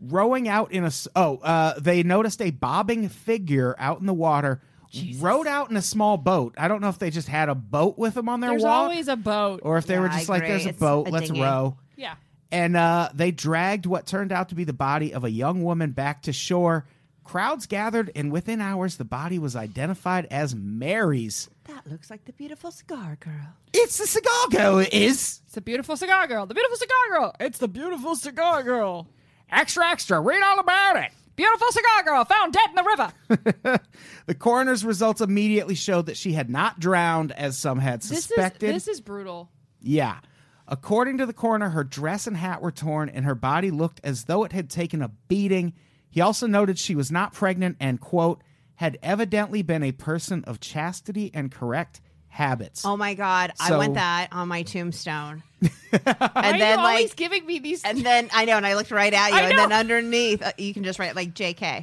B: Rowing out in a. s- Oh, uh, they noticed a bobbing figure out in the water. Rowed out in a small boat. I don't know if they just had a boat with them on their
C: There's
B: walk,
C: always a boat.
B: or if they were
D: Yeah, I
B: just like,
D: agree.
B: "There's a
D: It's
B: boat,
D: a
B: let's
D: dinghy.
B: row."
C: yeah,
B: and uh, they dragged what turned out to be the body of a young woman back to shore. Crowds gathered, and within hours, the body was identified as Mary's.
D: That looks like the beautiful cigar girl.
B: It's the cigar girl. It is
C: it's the beautiful cigar girl. The beautiful cigar girl. It's the beautiful cigar girl.
B: extra, extra. Read all about it.
C: Beautiful cigar girl found dead in the river.
B: The coroner's results immediately showed that she had not drowned, as some had
C: this
B: suspected.
C: is this is brutal.
B: yeah. According to the coroner, her dress and hat were torn, and her body looked as though it had taken a beating. He also noted she was not pregnant and, quote, had evidently been a person of chastity and correct habits.
D: Oh my god, I
B: So-
D: want that on my tombstone.
C: Why
D: and
C: are
D: then
C: you always
D: like
C: giving me these?
D: and then I know, and I looked right at you,
C: I
D: and then
C: know.
D: underneath uh, you can just write like JK.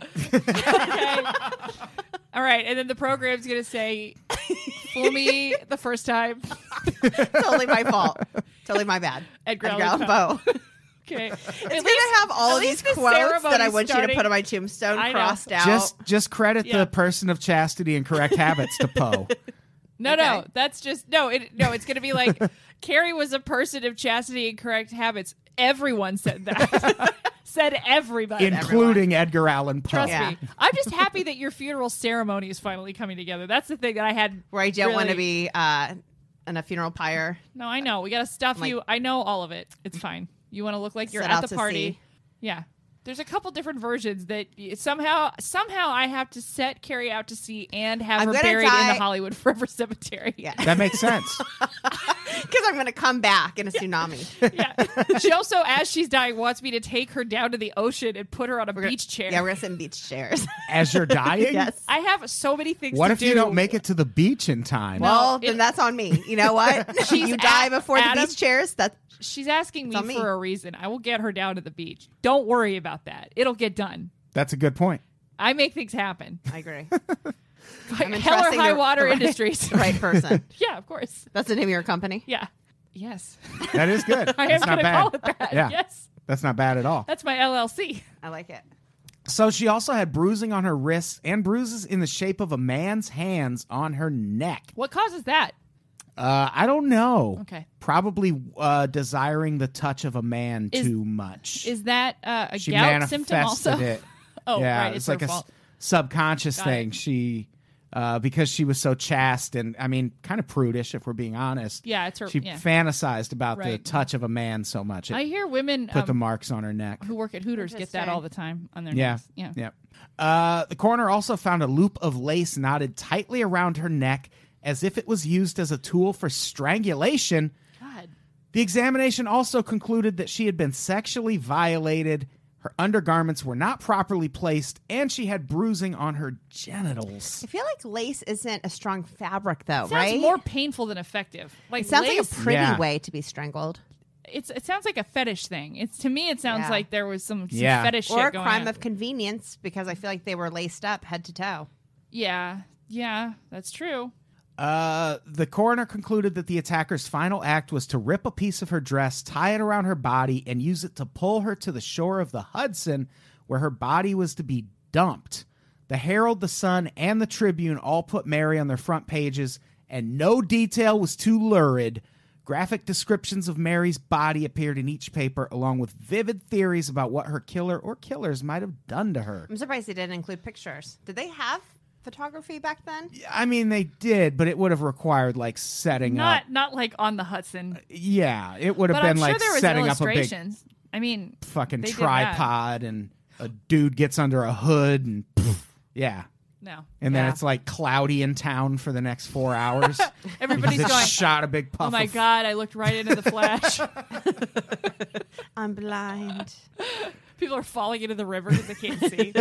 C: All right, and then the program's gonna say, "Fool me the first time."
D: totally my fault. Totally my bad.
C: Edgar Allan
D: Allan Poe.
C: Okay, it's
D: It's gonna have all
C: at
D: of these
C: least the
D: quotes that I
C: ceremony's
D: want you to
C: starting-
D: put on my tombstone
C: I know.
D: crossed out.
B: just just credit
C: Yeah.
B: the person of chastity and correct habits to Poe.
C: no, no. That's just no. It, no, it's gonna be like Carrie was a person of chastity and correct habits. Everyone said that. said everybody.
B: including Edgar Allan Poe.
C: Trust
D: Yeah.
C: me. I'm just happy that your funeral ceremony is finally coming together. That's the thing that I had.
D: where I don't want to
C: really-
D: be uh, in a funeral pyre.
C: No, I know. We gotta stuff
D: like-
C: you. I know all of it. It's fine. You want to look like you're
D: Set
C: at
D: out
C: the
D: to
C: party.
D: sea.
C: Yeah. There's a couple different versions that y- somehow somehow I have to set Carrie out to sea and have
D: I'm
C: her
D: gonna
C: buried in the
D: die-
C: Hollywood Forever Cemetery.
D: Yeah,
B: That makes sense.
D: because I'm going to come back in a tsunami.
C: Yeah. she also, as she's dying, wants me to take her down to the ocean and put her on a beach chair.
D: yeah, we're going to sit in beach chairs.
B: As you're dying,
D: yes.
C: I have so many things.
B: what
C: to
B: if you
C: do.
B: don't make it to the beach in time?
D: well,
C: it-
D: then that's on me. You know what? you die
C: at-
D: before the
C: Adam-
D: beach chairs. That's
C: She's asking me,
D: on me.
C: for a reason. I will get her down to the beach. Don't worry about that. It'll get done.
B: That's a good point.
C: I make things happen.
D: I agree.
C: Like, hell or
D: entrusting
C: high
D: the-
C: water
D: the right-
C: industries.
D: The right person.
C: yeah, of course.
D: That's the name of your company.
C: Yeah. Yes.
B: That is good.
C: I am
B: That's not
C: going to
B: bad.
C: call it that.
B: Yeah.
C: Yes.
B: That's not bad at all.
C: That's my LLC.
D: I like it.
B: So she also had bruising on her wrists and bruises in the shape of a man's hands on her neck.
C: What causes that?
B: Uh, I don't know.
C: Okay.
B: Probably uh, desiring the touch of a man
C: Is-
B: too much.
C: Is that uh, a
B: she
C: gout
B: manifested
C: symptom also?
B: it.
C: Oh,
B: yeah,
C: right. It's,
B: like
C: her
B: a s-
C: fault.
B: subconscious
C: Got
B: thing.
C: it.
B: She, uh, because she was so chaste and I mean, kind of prudish, if we're being honest.
C: Yeah, it's her-
B: She
C: yeah.
B: fantasized about
C: Right.
B: the touch of a man so much it
C: I hear women
B: put the
C: um,
B: marks on her neck.
C: who work at Hooters get that
D: Interesting.
C: all the time on their
B: Yeah,
C: necks. Yeah.
B: yeah. Uh, the coroner also found a loop of lace knotted tightly around her neck, as if it was used as a tool for strangulation.
C: God.
B: The examination also concluded that she had been sexually violated. Her undergarments were not properly placed, and she had bruising on her genitals.
D: I feel like lace isn't a strong fabric, though,
C: Sounds
D: right?
C: more painful than effective. Like
D: it sounds like
C: lace,
D: a pretty
B: Yeah.
D: way to be strangled,
C: it's it sounds like a fetish thing. It's to me it sounds
D: Yeah.
C: like there was some, some
B: Yeah.
C: fetish
D: or a
C: shit going
D: crime
C: on.
D: of convenience, because I feel like they were laced up head to toe.
C: Yeah. Yeah, that's true.
B: Uh, the coroner concluded that the attacker's final act was to rip a piece of her dress, tie it around her body, and use it to pull her to the shore of the Hudson, where her body was to be dumped. The Herald, the Sun, and the Tribune all put Mary on their front pages, and no detail was too lurid. Graphic descriptions of Mary's body appeared in each paper, along with vivid theories about what her killer or killers might have done to her.
D: I'm surprised they didn't include pictures. Did they have photography back then?
B: I mean, they did, but it would have required like setting up.
C: Not not like on the Hudson.
B: Yeah, it would have
C: But
B: been
C: I'm
B: like
C: sure there was
B: setting up a big
C: illustrations. I mean,
B: fucking
C: They did
B: tripod and a dude gets under a hood and pff, yeah.
C: no.
B: And
D: Yeah.
B: then it's like cloudy in town for the next four hours.
C: Everybody's
B: Just
C: going,
B: shot a big puff.
C: "Oh my
B: of-
C: god, I looked right into the flash."
D: I'm blind.
C: People are falling into the river because they can't see.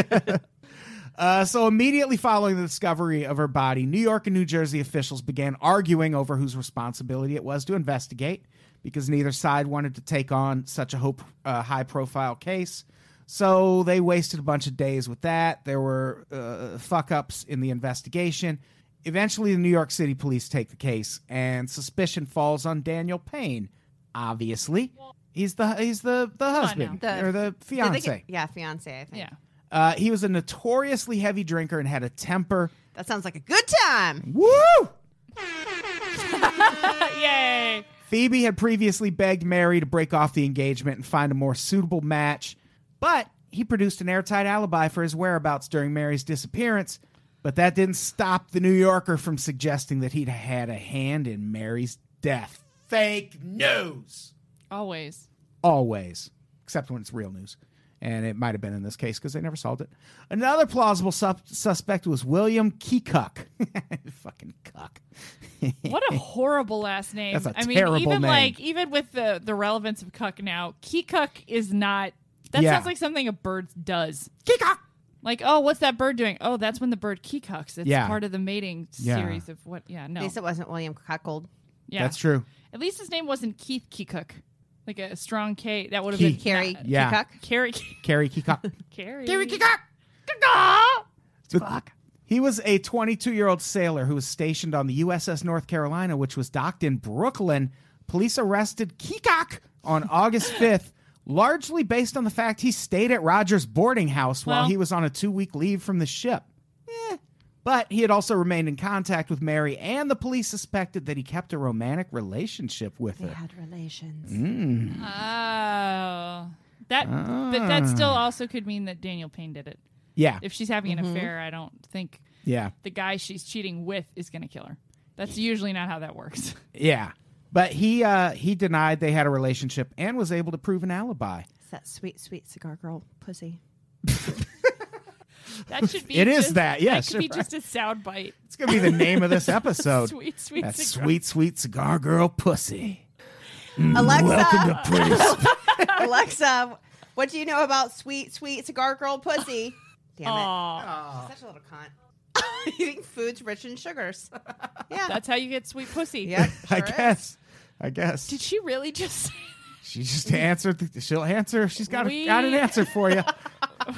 B: Uh, so immediately following the discovery of her body, New York and New Jersey officials began arguing over whose responsibility it was to investigate because neither side wanted to take on such a hope, uh, high profile case. So they wasted a bunch of days with that. There were uh, fuck ups in the investigation. Eventually, the New York City police take the case, and suspicion falls on Daniel Payne. Obviously, he's the he's the the husband
D: now. The-
B: or the
D: Did they
B: fiance.
D: get- yeah, fiance. I think.
C: Yeah.
B: Uh, he was a notoriously heavy drinker and had a temper.
D: That sounds like a good time.
B: Woo!
C: Yay.
B: Phoebe had previously begged Mary to break off the engagement and find a more suitable match, but he produced an airtight alibi for his whereabouts during Mary's disappearance. But that didn't stop the New Yorker from suggesting that he'd had a hand in Mary's death. Fake news!
C: Always.
B: always, except when it's real news. And it might have been in this case because they never solved it. Another plausible sup- suspect was William Keekuck. Fucking cuck.
C: What a horrible last name.
B: That's a
C: I mean,
B: terrible
C: even
B: name.
C: like even with the the relevance of cuck now, key cuck is not that
B: Yeah.
C: sounds like something a bird does.
B: Keekuck!
C: Like, oh, what's that bird doing? Oh, that's when the bird key cucks. It's
B: Yeah.
C: part of the mating
B: Yeah.
C: series of what yeah, no.
D: At least it wasn't William Cuckold.
C: yeah.
B: That's true.
C: At least his name wasn't Keith Keekuck. Like a strong K. That would have
B: Key.
C: been
D: Carrie
C: not-
B: Yeah.
D: Cuck.
C: Carrie.
B: Carrie Keekuck.
C: Carrie.
B: Carrie Keekuck!
C: Caw-caw!
B: Fuck. Mm. He was a 22 year old sailor who was stationed on the USS North Carolina, which was docked in Brooklyn. Police arrested Keecock on August 5th, largely based on the fact he stayed at Rogers' boarding house while
C: Well-
B: he was on a two week leave from the ship. Eh. But he had also remained in contact with Mary, and the police suspected that he kept a romantic relationship with
D: They
B: her.
D: had relations.
B: Mm-hmm.
C: Oh. That but
B: Ah.
C: that still also could mean that Daniel Payne did it.
B: Yeah.
C: If she's having an affair, I don't think
B: Yeah.
C: the guy she's cheating with is going to kill her. That's usually not how that works.
B: Yeah. But he uh, he denied they had a relationship and was able to prove an alibi.
D: It's that sweet, sweet cigar girl pussy.
C: That should be
B: It is
C: just-
B: that, yes,
C: That could be
B: you're
C: just a sound bite.
B: It's gonna be the name of this episode.
C: Sweet, sweet
B: That
C: cigar.
B: sweet, sweet cigar girl pussy. Mm, Welcome
D: Alexa,
B: to Pretty.
D: Alexa, what do you know about sweet, sweet cigar girl pussy? Damn it.
C: Aw.
D: She's Such a little cunt. Eating foods rich in sugars. Yeah.
C: That's how you get sweet pussy.
D: yep.
B: I
D: sure is.
B: guess. I guess.
C: Did she really just say
B: she just answered. The, she'll answer. She's got, a,
C: We-
B: got an answer for you.
C: that?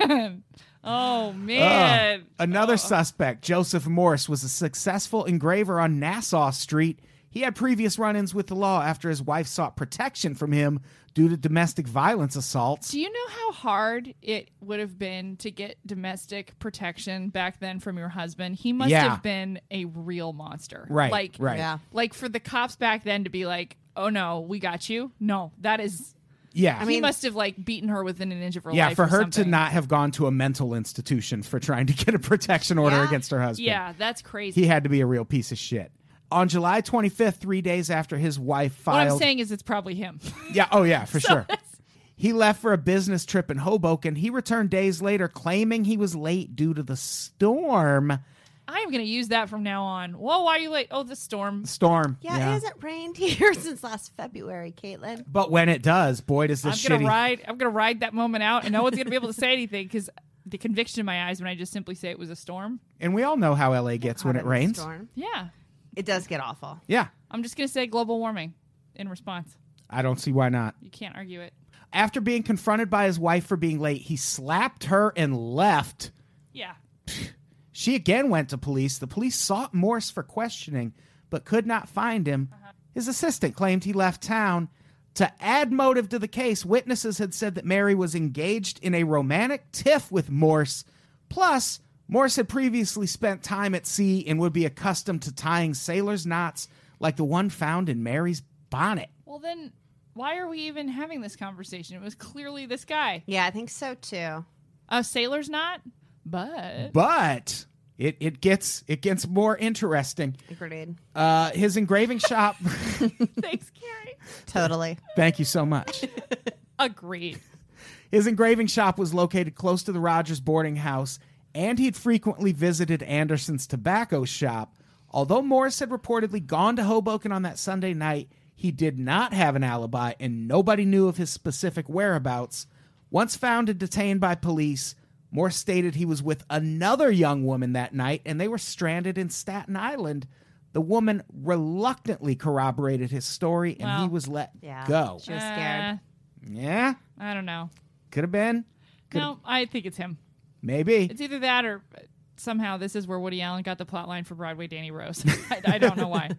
C: Oh
B: Uh,
C: man. Oh.
B: Another suspect, Joseph Morse, was a successful engraver on Nassau Street. He had previous run ins with the law after his wife sought protection from him due to domestic violence assaults.
C: Do you know how hard it would have been to get domestic protection back then from your husband? He must
B: Yeah.
C: have been a real monster.
B: Right,
C: Like
B: right.
D: Yeah.
C: like for the cops back then to be like, "Oh no, we got you." No, that is
B: Yeah.
D: mean-
C: he must have like beaten her within an inch of her
B: yeah,
C: life.
B: for
C: or
B: her to
C: something.
B: not have gone to a mental institution for trying to get a protection order
D: Yeah.
B: against her husband.
C: Yeah, that's crazy.
B: he had to be a real piece of shit. On July 25th, three days after his wife
C: what
B: filed.
C: I'm saying is, it's probably him.
B: Yeah, oh yeah, for sure. He left for a business trip in Hoboken. He returned days later claiming he was late due to the storm.
C: I am going to use that from now on. Whoa, why are you late? Oh, the storm.
B: Storm.
D: Yeah, it hasn't rained here since last February, Caitlin.
B: But when it does, boy, does
C: I'm
B: this
C: going
B: shitty.
C: to ride. I'm going to ride that moment out, and no one's going to be able to say anything because the conviction in my eyes when I just simply say it was a storm.
B: And we all know how LA gets when
D: Caught
B: it
D: in the
B: rains.
D: storm.
C: Yeah,
D: It does get awful.
B: Yeah,
C: I'm just going to say global warming in response.
B: I don't see why not.
C: You can't argue it.
B: After being confronted by his wife for being late, he slapped her and left.
C: Yeah.
B: She again went to police. The police sought Morse for questioning, but could not find him. His assistant claimed he left town. To add motive to the case, witnesses had said that Mary was engaged in a romantic tiff with Morse. Plus, Morse had previously spent time at sea and would be accustomed to tying sailors' knots like the one found in Mary's bonnet.
C: Well, then why are we even having this conversation? It was clearly this guy.
D: Yeah, I think so too.
C: A sailor's not, but
B: But it, it gets it gets more interesting.
D: Agreed.
B: Uh, his engraving shop.
C: thanks, Carrie.
D: Totally.
B: thank you so much.
C: Agreed.
B: His engraving shop was located close to the Rogers boarding house, and he'd frequently visited Anderson's tobacco shop. Although Morris had reportedly gone to Hoboken on that Sunday night, he did not have an alibi, and nobody knew of his specific whereabouts. Once found and detained by police, Morse stated he was with another young woman that night and they were stranded in Staten Island. The woman reluctantly corroborated his story and he
C: Well,
B: was let
D: yeah.
B: go.
D: She was scared.
B: Yeah,
C: Uh, I don't know.
B: could have been. Could
C: No, I think it's him.
B: Maybe.
C: It's either that or uh, somehow this is where Woody Allen got the plot line for Broadway Danny Rose. I, I don't know why.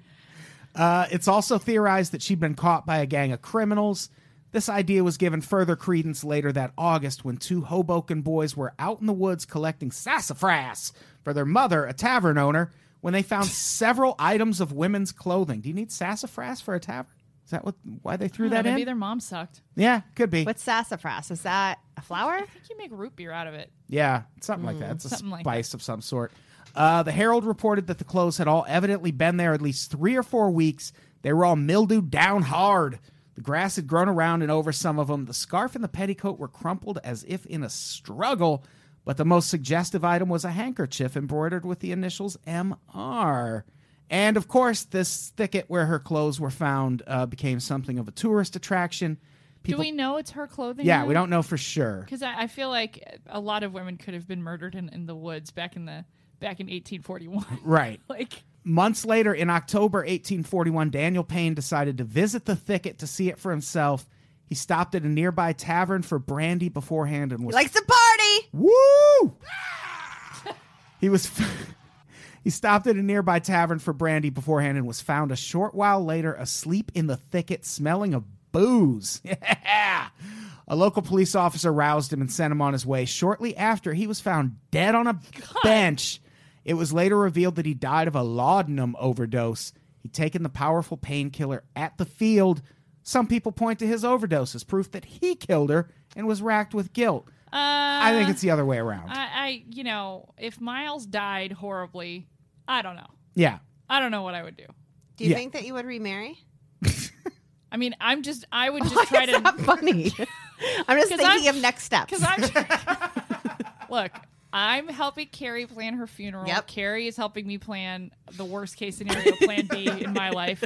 B: Uh, it's also theorized that she'd been caught by a gang of criminals. This idea was given further credence later that August when two Hoboken boys were out in the woods collecting sassafras for their mother, a tavern owner, when they found several items of women's clothing. Do you need sassafras for a tavern? Is that what why they threw
C: I don't know,
B: that
C: maybe
B: in?
C: their mom sucked.
B: Yeah, could be.
D: What's sassafras? Is that a flower?
C: I think you make root beer out of it.
B: Yeah, something like that. It's a
C: Mm, something like
B: spice of some sort. Uh, the Herald reported that the clothes had all evidently been there at least three or four weeks. They were all mildewed down hard. The grass had grown around and over some of them. The scarf and the petticoat were crumpled as if in a struggle, but the most suggestive item was a handkerchief embroidered with the initials MR. And of course, this thicket where her clothes were found uh, became something of a tourist attraction.
C: Do we know it's her clothing?
B: Yeah, we don't know for sure.
C: Because I, I feel like a lot of women could have been murdered in, in the woods back in the back in 1841.
B: Right.
C: like
B: Months later, in October 1841, Daniel Payne decided to visit the thicket to see it for himself. He stopped at a nearby tavern for brandy beforehand and was
D: Likes to party.
B: woo. he was he stopped at a nearby tavern for brandy beforehand and was found a short while later asleep in the thicket, smelling of booze. Yeah. A local police officer roused him and sent him on his way. Shortly after, he was found dead on a bench. It was later revealed that he died of a laudanum overdose. He'd taken the powerful painkiller at the field. Some people point to his overdose as proof that he killed her and was racked with guilt.
C: uh, I
B: I think it's the other way around.
C: I, I you know if Miles died horribly, I don't know.
B: yeah.
C: I don't know what I would do.
D: Do you
B: Yeah.
D: think that you would remarry?
C: I mean, I'm just I would just try
D: It's not
C: to
D: funny. I'm just
C: 'Cause
D: thinking
C: I'm-
D: of next steps.
C: because I'm look. I'm helping Carrie plan her funeral.
D: Yep.
C: Carrie is helping me plan the worst case scenario, Plan B in my life.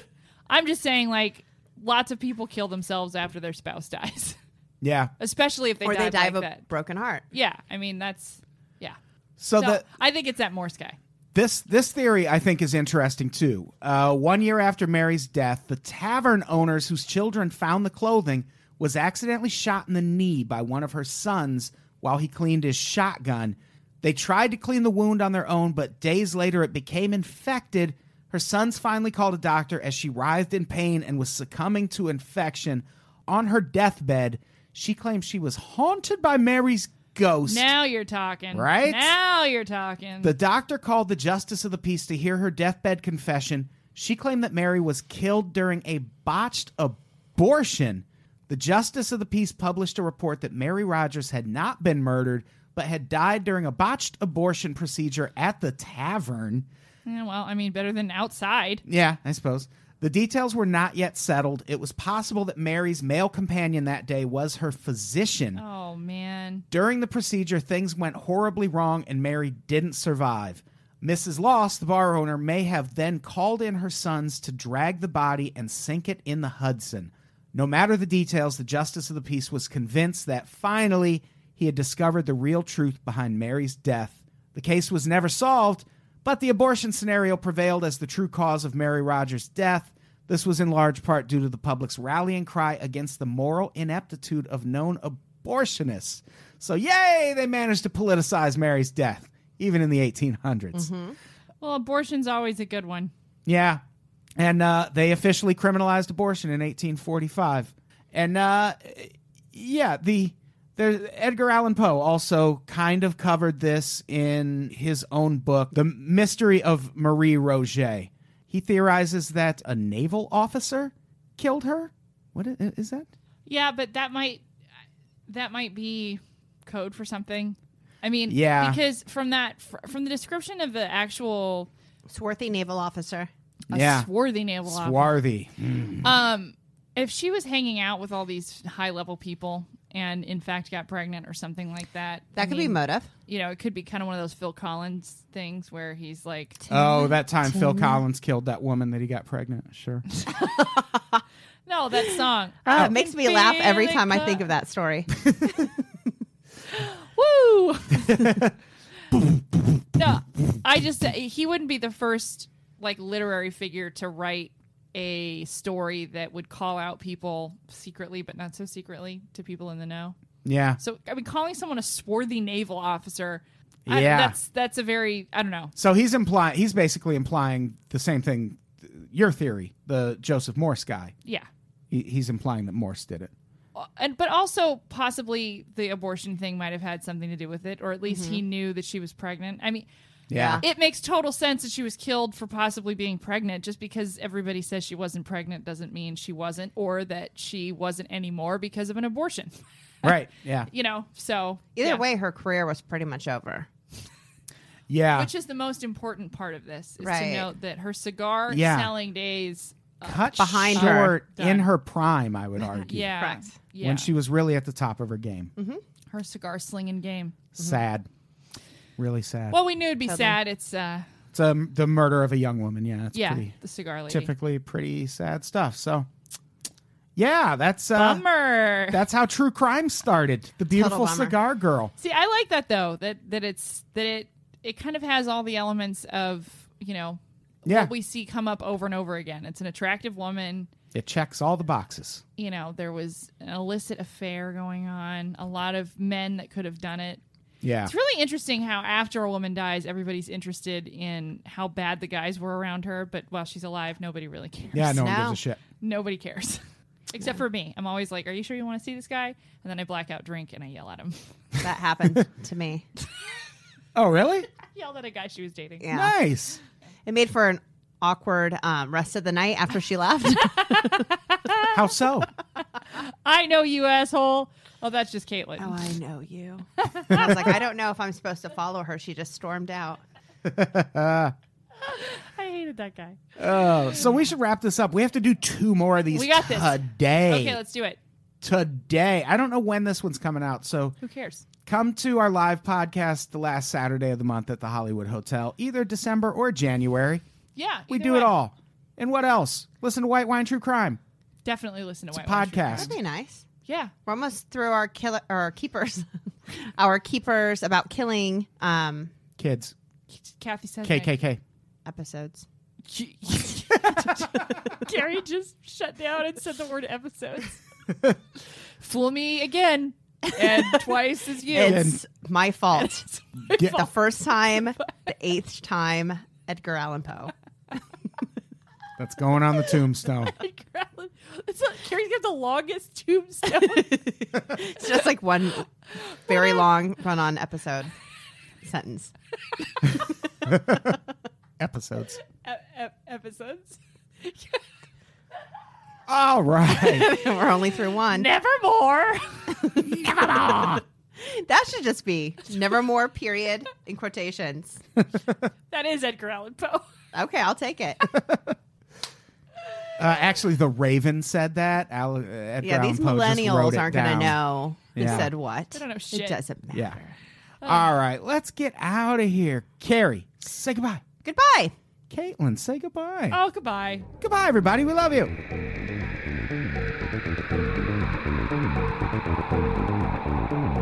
C: I'm just saying, like, lots of people kill themselves after their spouse dies,
B: Yeah.
C: especially if they
D: or
C: die
D: they die
C: like
D: of a
C: that.
D: broken heart.
C: Yeah, I mean that's yeah.
B: So,
C: So
B: Oh, the
C: I think it's that Morse guy.
B: this this theory I think is interesting too. Uh, one year after Mary's death, the tavern owners whose children found the clothing was accidentally shot in the knee by one of her sons while he cleaned his shotgun. They tried to clean the wound on their own, but days later it became infected. Her sons finally called a doctor as she writhed in pain and was succumbing to infection. On her deathbed, she claimed she was haunted by Mary's ghost.
C: Now you're talking.
B: Right?
C: Now you're talking.
B: The doctor called the justice of the peace to hear her deathbed confession. She claimed that Mary was killed during a botched abortion. The justice of the peace published a report that Mary Rogers had not been murdered, but had died during a botched abortion procedure at the tavern.
C: Yeah, Eh, well, I mean, better than outside.
B: Yeah, I suppose. The details were not yet settled. It was possible that Mary's male companion that day was her physician.
C: Oh man.
B: During the procedure, things went horribly wrong and Mary didn't survive. Mrs. Loss, the bar owner, may have then called in her sons to drag the body and sink it in the Hudson. No matter the details, the justice of the peace was convinced that finally he had discovered the real truth behind Mary's death. The case was never solved, but the abortion scenario prevailed as the true cause of Mary Rogers' death. This was in large part due to the public's rallying cry against the moral ineptitude of known abortionists. So, yay, they managed to politicize Mary's death, even in the 1800s.
C: Well, abortion's always a good one.
B: Yeah. And uh, they officially criminalized abortion in 1845. And uh, yeah, the there Edgar Allan Poe also kind of covered this in his own book, The Mystery of Marie Roget. He theorizes that a naval officer killed her. What i- is that?
C: Yeah, but that might that might be code for something. I mean,
B: Yeah.
C: because from that fr- from the description of the actual
D: Swarthy naval officer.
C: a
B: Yeah.
C: swarthy naval officer.
B: Swarthy.
C: Um, if she was hanging out with all these high level people and in fact got pregnant or something like that,
D: That
C: I
D: could
C: mean,
D: be motive.
C: you know, it could be kind of one of those Phil Collins things where he's like,
B: Oh, that time Phil
C: Mm-hmm.
B: Collins killed that woman that he got pregnant. Sure.
C: no, that song. Oh,
D: Uh,
C: I
D: it makes
C: can
D: me laugh every
C: feel
D: time I
C: it
D: think of that story.
C: Woo! No, I just he wouldn't be the first like literary figure to write a story that would call out people secretly but not so secretly to people in the know.
B: Yeah.
C: So I mean calling someone a swarthy naval officer I-
B: Yeah.
C: that's that's a very I don't know.
B: So he's implying he's basically implying the same thing your theory, the Joseph Morse guy.
C: Yeah.
B: He, he's implying that Morse did it.
C: And but also possibly the abortion thing might have had something to do with it or at least he knew that she was pregnant. I mean
B: Yeah.
C: it makes total sense that she was killed for possibly being pregnant. Just because everybody says she wasn't pregnant doesn't mean she wasn't, or that she wasn't anymore because of an abortion.
B: Right. Yeah.
C: You know, so
D: Either
C: yeah.
D: way, her career was pretty much over.
B: Yeah.
C: which is the most important part of this is
D: Right.
C: to note that her cigar
B: Yeah.
C: selling days,
B: Cut
D: Behind her.
B: short in
C: uh, Done.
B: her prime, I would argue.
C: yeah,
D: Correct.
C: yeah, Mm-hmm,
B: When she was really at the top of her game.
C: her cigar slinging game.
B: Sad. Really sad.
C: mm-hmm. Well, we knew it'd be
D: Totally.
C: sad. It's uh,
B: it's um, the murder of a young woman. Yeah. It's
C: yeah,
B: pretty
C: the cigar lady.
B: typically pretty sad stuff. So yeah, that's uh
C: Bummer.
B: that's how true crime started. The beautiful
D: bummer.
B: cigar girl.
C: See, I like that though. That that it's that it it kind of has all the elements of you know
B: Yeah.
C: what we see come up over and over again. It's an attractive woman.
B: it checks all the boxes.
C: You know, there was an illicit affair going on. A lot of men that could have done it.
B: Yeah.
C: It's really interesting how after a woman dies, everybody's interested in how bad the guys were around her. But while she's alive, nobody really cares.
B: Yeah, no one
D: No.
B: gives a shit.
C: Nobody cares. Except for me. I'm always like, Are you sure you want to see this guy? And then I black out drink and I yell at him.
D: That happened to me.
B: Oh, really?
C: Yelled at a guy she was dating.
D: Yeah.
B: Nice.
D: It made for an awkward um, rest of the night after she left.
B: How so?
C: I know you, asshole. Oh, that's just Caitlin.
D: oh, I know you. I was like, I don't know if I'm supposed to follow her. She just stormed out.
C: I hated that guy.
B: Oh, so we should wrap this up. We have to do two more of these
C: We got this.
B: today.
C: Okay, let's do it.
B: today. I don't know when this one's coming out. So
C: Who cares?
B: come to our live podcast the last Saturday of the month at the Hollywood Hotel, either December or January.
C: Yeah.
B: We
C: either
B: do
C: way.
B: it all. And what else? Listen to White Wine True Crime.
C: Definitely listen to
B: It's a
C: White Wash Report.
B: podcast.
D: That'd be nice.
C: Yeah.
D: We're almost through our killer, our keepers, our keepers about killing um,
B: Kids.
C: Kathy says
B: KKK.
D: episodes.
C: Gary just shut down and said the word episodes. Fool me again. And twice as you.
D: It's my fault.
B: Get-
D: the first time, the eighth time, Edgar Allan Poe.
B: That's going on the tombstone.
C: It's not, Gary's got the longest tombstone.
D: It's just like one very long run on episode sentence.
B: Episodes.
C: e- e- episodes.
B: All right.
D: We're only through one.
C: Nevermore.
D: That should just be nevermore, period, in quotations.
C: that is Edgar Allan Poe.
D: Okay, I'll take it.
B: Uh, actually, the Raven said that. Al- uh, Edgar
D: Yeah,
B: Allan
D: these
B: Poe just wrote
D: millennials
B: it
D: aren't going to
B: down.
D: know who
B: Yeah.
D: said what.
C: They don't know
D: It
C: shit.
D: doesn't matter.
B: Yeah. All right, let's get out of here. Carrie, say goodbye.
D: Goodbye.
B: Caitlin, say goodbye.
C: Oh, goodbye.
B: Goodbye, everybody. We love you.
A: Thank you.